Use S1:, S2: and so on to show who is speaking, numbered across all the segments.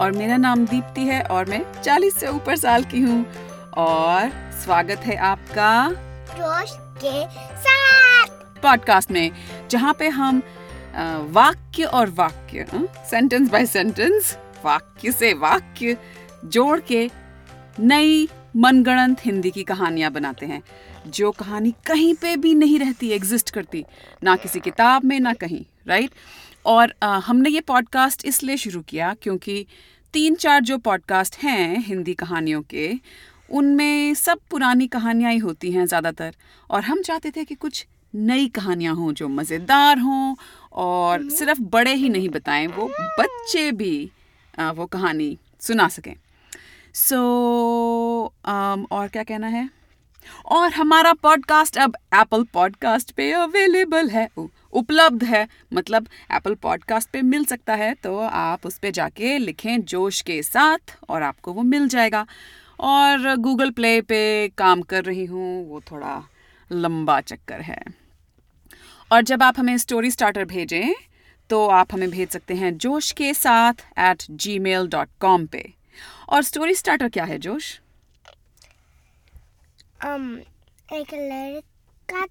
S1: और मेरा नाम दीप्ति है और मैं 40 से ऊपर साल की हूँ और स्वागत है आपका
S2: जोश के साथ
S1: पॉडकास्ट में जहाँ पे हम अ, वाक्य और वाक्य सेंटेंस बाय सेंटेंस वाक्य से वाक्य जोड़ के नई मनगणंत हिंदी की कहानियाँ बनाते हैं जो कहानी कहीं पे भी नहीं रहती एग्जिस्ट करती ना किसी किताब में ना कहीं राइट और अ, हमने ये पॉडकास्ट इसलिए शुरू किया क्योंकि तीन चार जो पॉडकास्ट हैं हिंदी कहानियों के उनमें सब पुरानी कहानियाँ ही होती हैं ज़्यादातर और हम चाहते थे कि कुछ नई कहानियाँ हों जो मज़ेदार हों और सिर्फ बड़े ही नहीं बताएं वो बच्चे भी अ, वो कहानी सुना सकें सो um, और क्या कहना है और हमारा पॉडकास्ट अब एप्पल पॉडकास्ट पे अवेलेबल है उ- उपलब्ध है मतलब एप्पल पॉडकास्ट पे मिल सकता है तो आप उस पे जाके लिखें जोश के साथ और आपको वो मिल जाएगा और गूगल प्ले पे काम कर रही हूँ वो थोड़ा लंबा चक्कर है और जब आप हमें स्टोरी स्टार्टर भेजें तो आप हमें भेज सकते हैं जोश के साथ at gmail dot com पे और स्टोरी स्टार्टर क्या है जोश
S2: um, एक लड़का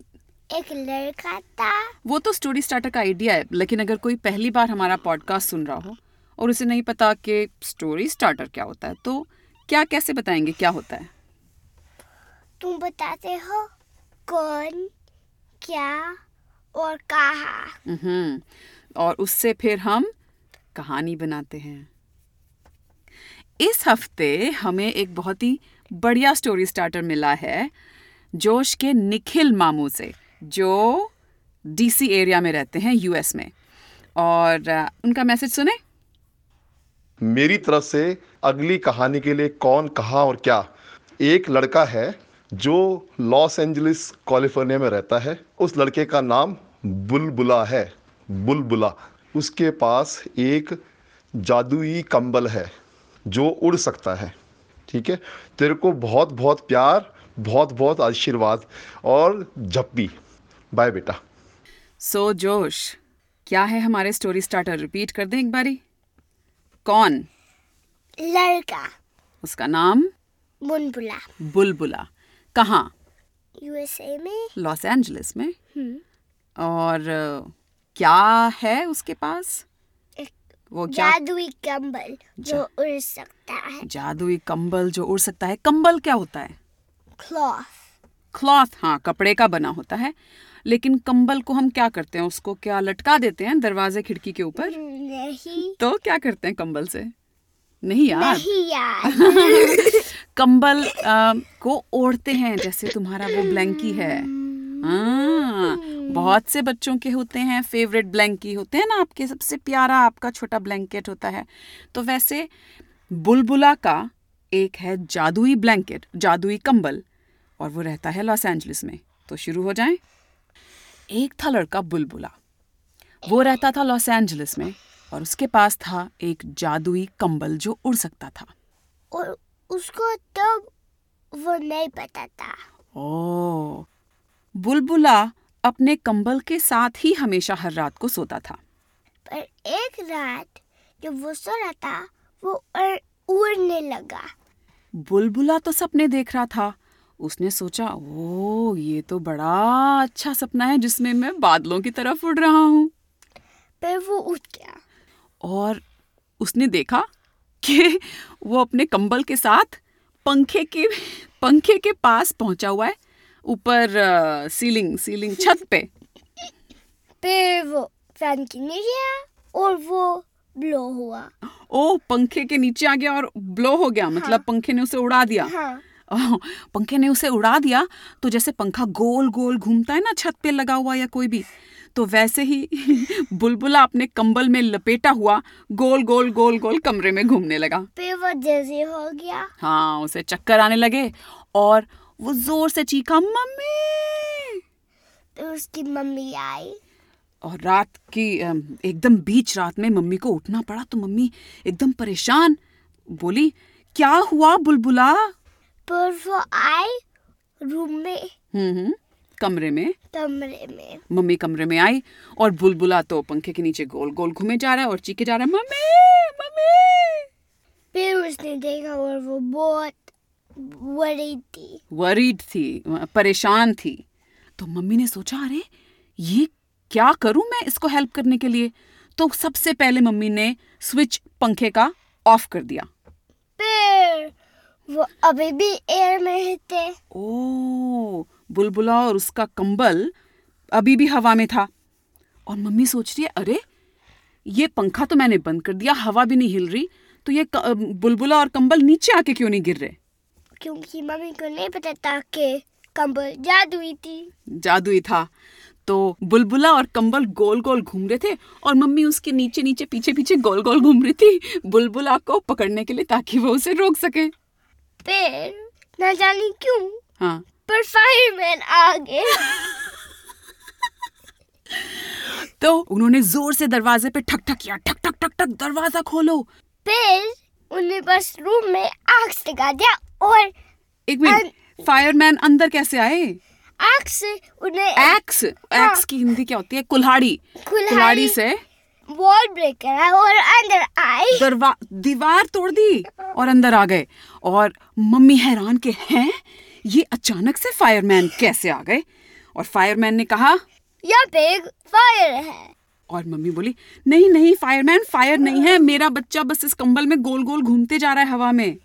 S2: एक लड़का था
S1: वो तो स्टोरी स्टार्टर का आइडिया है लेकिन अगर कोई पहली बार हमारा पॉडकास्ट सुन रहा हो और उसे नहीं पता कि स्टोरी स्टार्टर क्या होता है तो क्या कैसे बताएंगे क्या होता है
S2: तुम बताते हो कौन क्या और कहा
S1: हम्म और उससे फिर हम कहानी बनाते हैं इस हफ्ते हमें एक बहुत ही बढ़िया स्टोरी स्टार्टर मिला है जोश के निखिल मामू से जो डीसी एरिया में रहते हैं यूएस में और अ, उनका मैसेज सुने
S3: मेरी तरफ से अगली कहानी के लिए कौन कहाँ और क्या एक लड़का है जो लॉस एंजलिस कैलिफोर्निया में रहता है उस लड़के का नाम बुलबुला है बुलबुला उसके पास एक जादुई कंबल है जो उड़ सकता है ठीक है तेरे को बहुत बहुत प्यार बहुत बहुत आशीर्वाद और झप्पी बाय बेटा
S1: सो जोश क्या है हमारे स्टोरी स्टार्टर रिपीट कर दें एक बारी कौन
S2: लड़का
S1: उसका नाम
S2: बुनबुला
S1: बुलबुला कहाँ
S2: यूएसए में
S1: लॉस एंजलिस में
S2: हम्म।
S1: और अ, क्या है उसके पास
S2: एक
S1: वो क्या
S2: जादुई कंबल जो उड़ सकता है
S1: जादुई कंबल जो उड़ सकता है कंबल क्या होता है
S2: क्लॉथ
S1: क्लॉथ हाँ कपड़े का बना होता है लेकिन कंबल को हम क्या करते हैं उसको क्या लटका देते हैं दरवाजे खिड़की के ऊपर
S2: नहीं
S1: तो क्या करते हैं कंबल से नहीं यार
S2: नहीं यार
S1: कंबल अ, को ओढ़ते हैं जैसे तुम्हारा वो ब्लैंकी है हाँ, बहुत से बच्चों के होते हैं फेवरेट ब्लैंकी होते हैं ना आपके सबसे प्यारा आपका छोटा ब्लैंकेट होता है तो वैसे बुलबुला का एक है जादुई ब्लैंकेट जादुई कंबल और वो रहता है लॉस एंजलिस में तो शुरू हो जाएं एक था लड़का बुलबुला वो रहता था लॉस एंजलिस में और उसके पास था एक जादुई कंबल जो उड़ सकता था
S2: और उसको तब वो नहीं पता था
S1: ओ बुलबुला अपने कंबल के साथ ही हमेशा हर रात को सोता था
S2: पर एक रात जब वो सो रहा था वो उड़- उड़ने लगा
S1: बुलबुला तो सपने देख रहा था उसने सोचा ओ ये तो बड़ा अच्छा सपना है जिसमें मैं बादलों की तरफ उड़ रहा हूँ
S2: पर वो उठ गया
S1: और उसने देखा कि वो अपने कंबल के साथ पंखे के पंखे के पास पहुंचा हुआ है ऊपर अ, सीलिंग सीलिंग छत पे
S2: फिर वो फैन के नीचे आया और वो ब्लो हुआ
S1: ओ पंखे के नीचे आ गया और ब्लो हो गया मतलब पंखे ने उसे उड़ा दिया
S2: हाँ
S1: ओह, पंखे ने उसे उड़ा दिया तो जैसे पंखा गोल गोल घूमता है ना छत पे लगा हुआ या कोई भी तो वैसे ही बुलबुला अपने कंबल में लपेटा हुआ गोल गोल गोल गोल कमरे में घूमने लगा
S2: फिर वो जैसे हो गया
S1: हाँ उसे चक्कर आने लगे और वो जोर से चीखा मम्मी
S2: फिर उसकी मम्मी आई
S1: और रात की अम, एकदम बीच रात में मम्मी को उठना पड़ा तो मम्मी एकदम परेशान बोली क्या हुआ बुलबुला
S2: पर वो आई रूम में
S1: हम्म हम्म, कमरे में
S2: कमरे में
S1: मम्मी कमरे में आई और बुलबुला तो पंखे के नीचे गोल गोल घूमे जा रहा है और चीखे जा रहा है मम्मी मम्मी
S2: फिर उसने देखा और वो बहुत वरी थी
S1: वरीड थी परेशान थी तो मम्मी ने सोचा अरे ये क्या करूं मैं इसको हेल्प करने के लिए तो सबसे पहले मम्मी ने स्विच पंखे का ऑफ कर दिया
S2: फिर वो अभी भी एयर में थे
S1: ओ बुलबुला और उसका कंबल अभी भी हवा में था और मम्मी सोच रही है अरे ये पंखा तो मैंने बंद कर दिया हवा भी नहीं हिल रही तो ये क- अ, बुलबुला और कंबल नीचे आके क्यों नहीं गिर रहे
S2: क्योंकि मम्मी को नहीं पता था कि कंबल जादुई थी
S1: जादुई था तो बुलबुला और कंबल गोल गोल घूम रहे थे और मम्मी उसके नीचे नीचे पीछे पीछे गोल गोल घूम रही थी बुलबुला को पकड़ने के लिए ताकि वो उसे रोक सके
S2: फिर न जाने क्यों
S1: हाँ
S2: पर फायरमैन आ गए
S1: तो उन्होंने जोर से दरवाजे पे ठक ठक किया ठक ठक ठक ठक दरवाजा खोलो
S2: फिर उन्हें बस रूम में आग लगा दिया और
S1: एक मिनट फायरमैन अंदर कैसे आए
S2: आग से उन्हें
S1: एक्स एक्स की हिंदी क्या होती है कुल्हाड़ी
S2: कुल्हाड़ी।
S1: कुल्हाड़ी से
S2: वॉल ब्रेक करा और अंदर आई
S1: दरवा दीवार तोड़ दी और अंदर आ गए और मम्मी हैरान के हैं ये अचानक से फायरमैन कैसे आ गए और फायरमैन ने कहा
S2: यहाँ पे एक फायर है
S1: और मम्मी बोली नहीं नहीं फायरमैन फायर नहीं है मेरा बच्चा बस इस कंबल में गोल गोल घूमते जा रहा है हवा में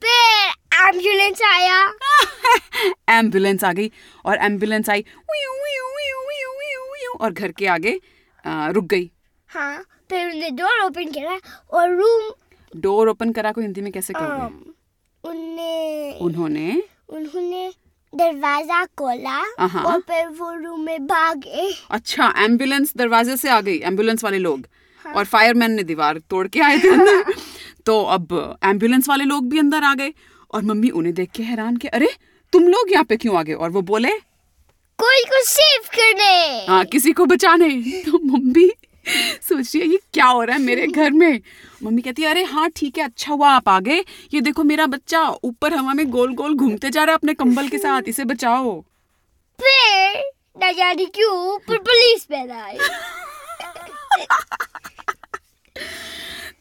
S2: फिर एम्बुलेंस आया
S1: एम्बुलेंस आ गई और एम्बुलेंस आई "वीऊ, वीऊ, वीऊ, वीऊ, वीऊ, वीऊ", और घर के आगे आ, रुक गई
S2: हाँ फिर उन्हें डोर ओपन करा और रूम
S1: डोर ओपन करा को हिंदी में कैसे कहोगे
S2: उन्हें
S1: उन्होंने
S2: उन्होंने दरवाजा खोला
S1: अहाँ।
S2: और फिर वो रूम में भागे
S1: अच्छा एम्बुलेंस दरवाजे से आ गई एम्बुलेंस वाले लोग और फायरमैन ने दीवार तोड़ के आए थे अंदर तो अब एम्बुलेंस वाले लोग भी अंदर आ गए और मम्मी उन्हें देख के हैरान के अरे तुम लोग यहाँ पे क्यों आ गए और वो बोले
S2: कोई को सेव करने
S1: हाँ किसी को बचाने तो मम्मी सोच रही है ये क्या हो रहा है मेरे घर में मम्मी कहती है अरे हाँ ठीक है अच्छा हुआ आप आ गए ये देखो मेरा बच्चा ऊपर हवा में गोल गोल घूमते जा रहा है अपने कंबल के साथ इसे बचाओ
S2: फिर न जाने क्यों ऊपर पुलिस मैन आई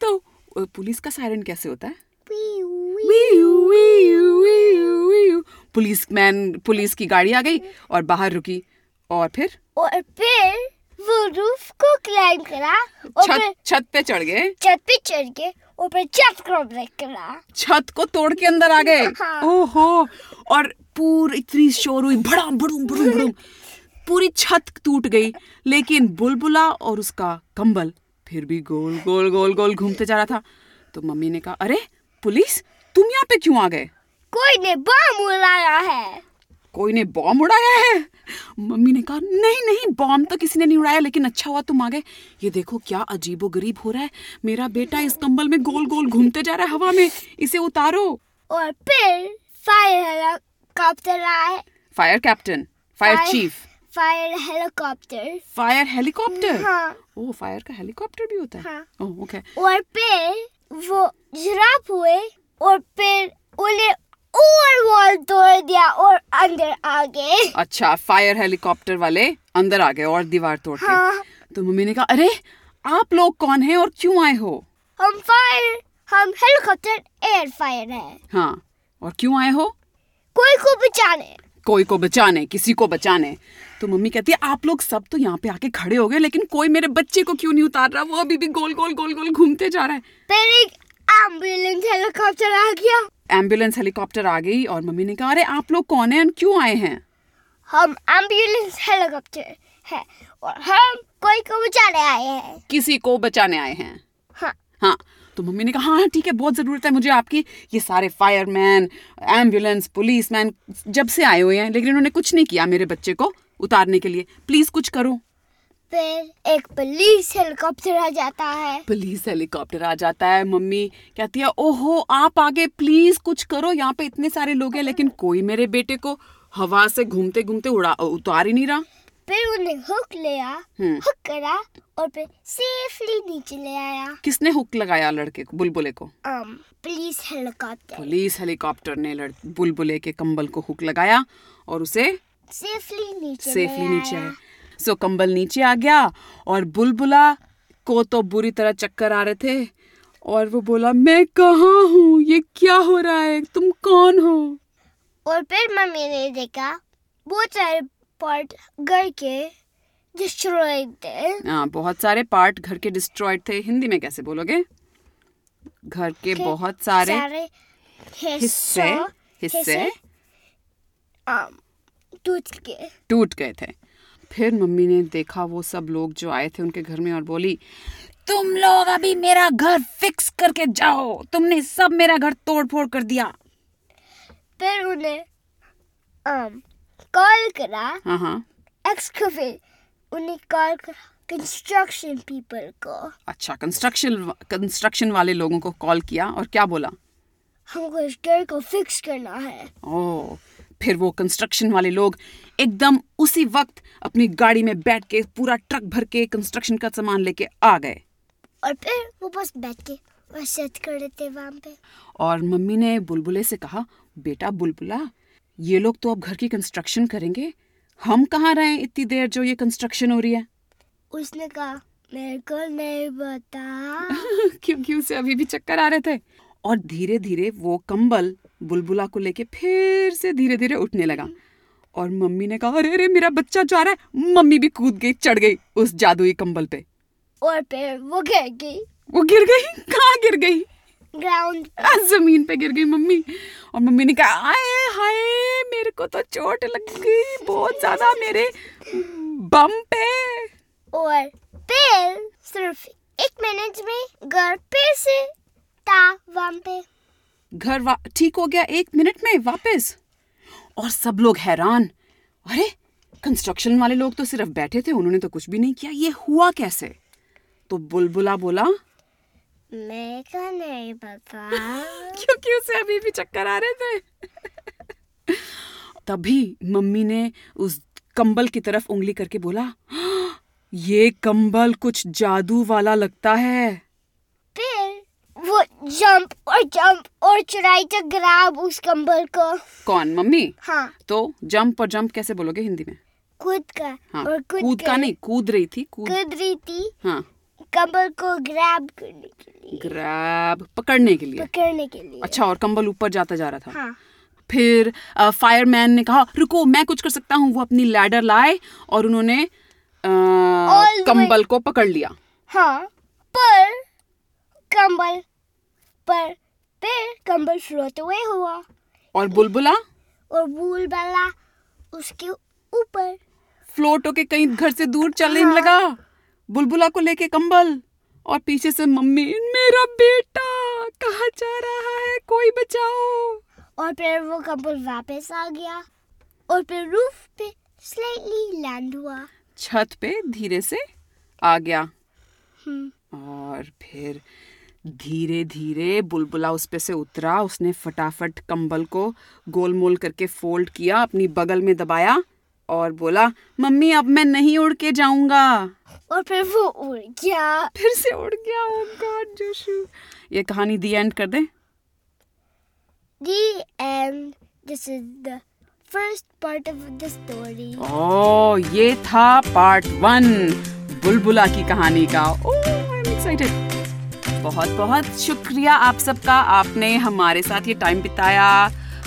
S1: तो अ, पुलिस का सायरन कैसे होता है
S2: पीऊ।
S1: पुलिस मैन पुलिस की गाड़ी आ गई और बाहर रुकी और फिर
S2: और फिर वो रूफ को क्लाइम करा और
S1: छत
S2: फिर
S1: छत पे चढ़ गए
S2: छत पे चढ़ के और फिर छत को ब्रेक करा
S1: छत को तोड़ के अंदर आ गए
S2: हाँ।
S1: ओहो और पूरी इतनी शोर हुई बड़ा बड़ूम बड़ूम बड़ूम पूरी छत टूट गई लेकिन बुलबुला और उसका कंबल फिर भी गोल गोल गोल गोल घूमते जा रहा था तो मम्मी ने कहा अरे पुलिस तुम यहाँ पे क्यों आ गए
S2: कोई ने बम उड़ाया है
S1: कोई ने बॉम्ब उड़ाया है मम्मी ने कहा नहीं नहीं बॉम्ब तो किसी ने नहीं उड़ाया लेकिन अच्छा हुआ तुम आ गए ये देखो क्या अजीबो गरीब हो रहा है मेरा बेटा इस कंबल में गोल गोल घूमते जा रहा है हवा में इसे उतारो
S2: और फिर फायर हेलीकॉप्टर आए
S1: fire captain fire chief
S2: fire helicopter
S1: fire helicopter
S2: हाँ।
S1: ओ फायर का हेलीकॉप्टर भी होता है
S2: हाँ।
S1: ओह ओके
S2: और फिर वो जिराफ हुए और फिर उन्हें और वॉल तोड़ दिया और अंदर आ गए
S1: अच्छा फायर हेलीकॉप्टर वाले अंदर आ गए और दीवार तोड़ के
S2: हाँ।
S1: तो मम्मी ने कहा अरे आप लोग कौन हैं और क्यों आए हो
S2: हम फायर हम हेलीकॉप्टर एयर फायर है
S1: हाँ और क्यों आए हो
S2: कोई को बचाने
S1: कोई को बचाने किसी को बचाने तो मम्मी कहती है आप लोग सब तो यहाँ पे आके खड़े हो गए लेकिन कोई मेरे बच्चे को क्यों नहीं उतार रहा वो अभी भी गोल गोल गोल गोल घूमते जा रहा है
S2: फिर एक एम्बुलेंस हेलीकॉप्टर आ गया
S1: एम्बुलेंस हेलीकॉप्टर आ गई और मम्मी ने कहा अरे आप लोग कौन हैं और क्यों आए हैं
S2: हम एम्बुलेंस हेलीकॉप्टर है और हम कोई को बचाने आए हैं
S1: किसी को बचाने आए हैं
S2: हाँ
S1: हाँ तो मम्मी ने कहा हाँ ठीक है बहुत ज़रूरत है मुझे आपकी ये सारे फायरमैन एम्बुलेंस पुलिसमैन जब से आए हुए हैं लेकिन उन्होंने कुछ नहीं किया मेरे बच्चे को उतारने के लिए प्लीज़ कुछ करो
S2: फिर एक पुलिस हेलीकॉप्टर आ जाता है
S1: पुलिस हेलीकॉप्टर आ जाता है मम्मी कहती है ओहो आप आगे प्लीज कुछ करो यहाँ पे इतने सारे लोग हैं लेकिन कोई मेरे बेटे को हवा से घूमते घूमते उड़ा उतार ही नहीं रहा
S2: फिर उन्हें हुक लिया
S1: हम्म।
S2: हुक करा और फिर सेफली नीचे ले आया
S1: किसने हुक लगाया लड़के को बुलबुले को
S2: um, police helicopter
S1: police helicopter ने लड़ बुलबुले के कंबल को हुक लगाया और उसे
S2: सेफली नीचे
S1: सेफली
S2: ले
S1: नीचे
S2: आया।
S1: आया सो कंबल नीचे आ गया और बुलबुला को तो बुरी तरह चक्कर आ रहे थे और वो बोला मैं कहाँ हूँ ये क्या हो रहा है तुम कौन हो
S2: और फिर मम्मी ने देखा बहुत सारे पार्ट घर के डिस्ट्रॉयड थे
S1: हाँ बहुत सारे पार्ट घर के डिस्ट्रॉयड थे हिंदी में कैसे बोलोगे घर के
S2: के
S1: बहुत सारे
S2: सारे
S1: हिस्से
S2: हिस्से
S1: हिस्से
S2: हिस्से, um, टूट के
S1: टूट गए थे फिर मम्मी ने देखा वो सब लोग जो आए थे उनके घर में और बोली तुम लोग अभी मेरा घर फिक्स करके जाओ तुमने सब मेरा घर तोड़ फोड़ कर दिया हाँ,
S2: फिर उन्हें um, कॉल करा
S1: हाँ हाँ
S2: एक्सकवेट उन्हें कॉल करा कंस्ट्रक्शन पीपल को
S1: अच्छा कंस्ट्रक्शन कंस्ट्रक्शन वाले लोगों को कॉल किया और क्या बोला
S2: हमको इस घर को फिक्स करना है
S1: ओ फिर वो कंस्ट्रक्शन वाले लोग एकदम उसी वक्त अपनी गाड़ी में बैठ के पूरा ट्रक भर के कंस्ट्रक्शन का सामान लेके आ गए
S2: और फिर वो बस बैठ के और सेट कर देते वहाँ पे
S1: और मम्मी ने बुलबुले से कहा बेटा बुलबुला ये लोग तो अब घर की कंस्ट्रक्शन करेंगे हम कहाँ रहे इतनी देर जो ये कंस्ट्रक्शन हो रही है
S2: उसने कहा मेरे को नहीं पता
S1: क्योंकि उसे अभी भी चक्कर आ रहे थे और धीरे धीरे वो कंबल बुलबुला को लेके फिर से धीरे धीरे उठने लगा और मम्मी ने कहा अरे अरे मेरा बच्चा जा रहा है मम्मी भी कूद गई चढ़ गई उस जादुई कंबल पे
S2: और फिर वो गिर गई
S1: वो गिर गई कहाँ गिर गई
S2: ग्राउंड
S1: आ, जमीन पे गिर गई मम्मी और मम्मी ने कहा आए हाय मेरे को तो चोट लग गई बहुत ज्यादा मेरे बम पे
S2: और फिर सिर्फ एक मिनट में घर फिर से था वहाँ पे
S1: घर वा- ठीक हो गया एक मिनट में वापस और सब लोग हैरान अरे कंस्ट्रक्शन वाले लोग तो सिर्फ बैठे थे उन्होंने तो कुछ भी नहीं किया ये हुआ कैसे तो बुलबुला बोला
S2: मेरे को नहीं पता
S1: क्योंकि उसे अभी भी चक्कर आ रहे थे तभी मम्मी ने उस कंबल की तरफ उंगली करके बोला "हाँ, ये कंबल कुछ जादू वाला लगता है
S2: फिर वो जंप और जंप और चुराई तो ग्राब उस कंबल को
S1: कौन मम्मी
S2: हाँ
S1: तो जंप और जंप कैसे बोलोगे हिंदी में
S2: कूद का
S1: हाँ
S2: और कूद,
S1: कूद का
S2: कर-
S1: नहीं कूद रही थी कूद
S2: कूद रही थी
S1: हाँ
S2: कंबल को ग्रैब करने के लिए
S1: ग्रैब पकड़ने के लिए
S2: पकड़ने के लिए
S1: अच्छा और कंबल ऊपर जाता जा रहा था
S2: हाँ
S1: फिर फायरमैन ने कहा रुको मैं कुछ कर सकता हूँ वो अपनी लैडर लाए और उन्होंने अ,
S2: the way-
S1: कंबल को पकड़ लिया
S2: हाँ पर कंबल पर फिर कंबल फ्लोट हुए हुआ
S1: और बुलबुला
S2: और भूल वाला उसके ऊपर
S1: फ्लोट होके कहीं घर से दूर चलने लगा बुलबुला को लेके कंबल और पीछे से मम्मी मेरा बेटा कहाँ जा रहा है कोई बचाओ
S2: और फिर वो कंबल वापस आ गया और फिर रूफ पे स्लाइटली लैंड हुआ
S1: छत पे धीरे से आ गया
S2: हम्म।
S1: और फिर धीरे धीरे बुलबुला उस पे से उतरा उसने फटाफट कंबल को गोल मोल करके फोल्ड किया अपनी बगल में दबाया और बोला मम्मी अब मैं नहीं उड़ के जाऊंगा
S2: और फिर वो उड़ गया
S1: फिर से उड़ गया ओ गॉड जोशु ये कहानी दी एंड कर दे
S2: The end. This is the first part of the story.
S1: ओ Oh, ये था पार्ट वन बुलबुला की कहानी का ओ आई एम एक्साइटेड बहुत बहुत शुक्रिया आप सबका आपने हमारे साथ ये टाइम बिताया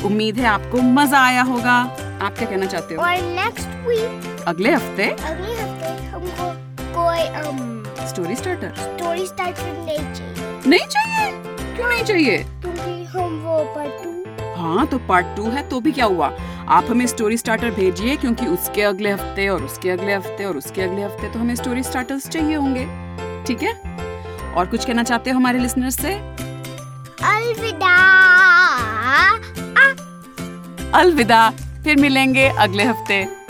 S1: उम्मीद है आपको मजा आया होगा आप क्या कहना चाहते हो
S2: और नेक्स्ट वीक
S1: अगले हफ्ते
S2: अगले हफ्ते हमको कोई um,
S1: story starter
S2: story start करनी चाहिए
S1: नहीं चाहिए क्यों नहीं चाहिए
S2: क्योंकि हम वो पार्ट टू
S1: हाँ तो पार्ट टू है तो भी क्या हुआ आप हमें स्टोरी स्टार्टर भेजिए क्योंकि उसके अगले हफ्ते और उसके अगले हफ्ते और उसके अगले हफ्ते तो हमें स्टोरी स्टार्टर्स चाहिए होंगे ठीक है और कुछ कहना चाहते हो हमारे लिसनर्स से
S2: अलविदा Ah,
S1: अलविदा फिर मिलेंगे अगले हफ्ते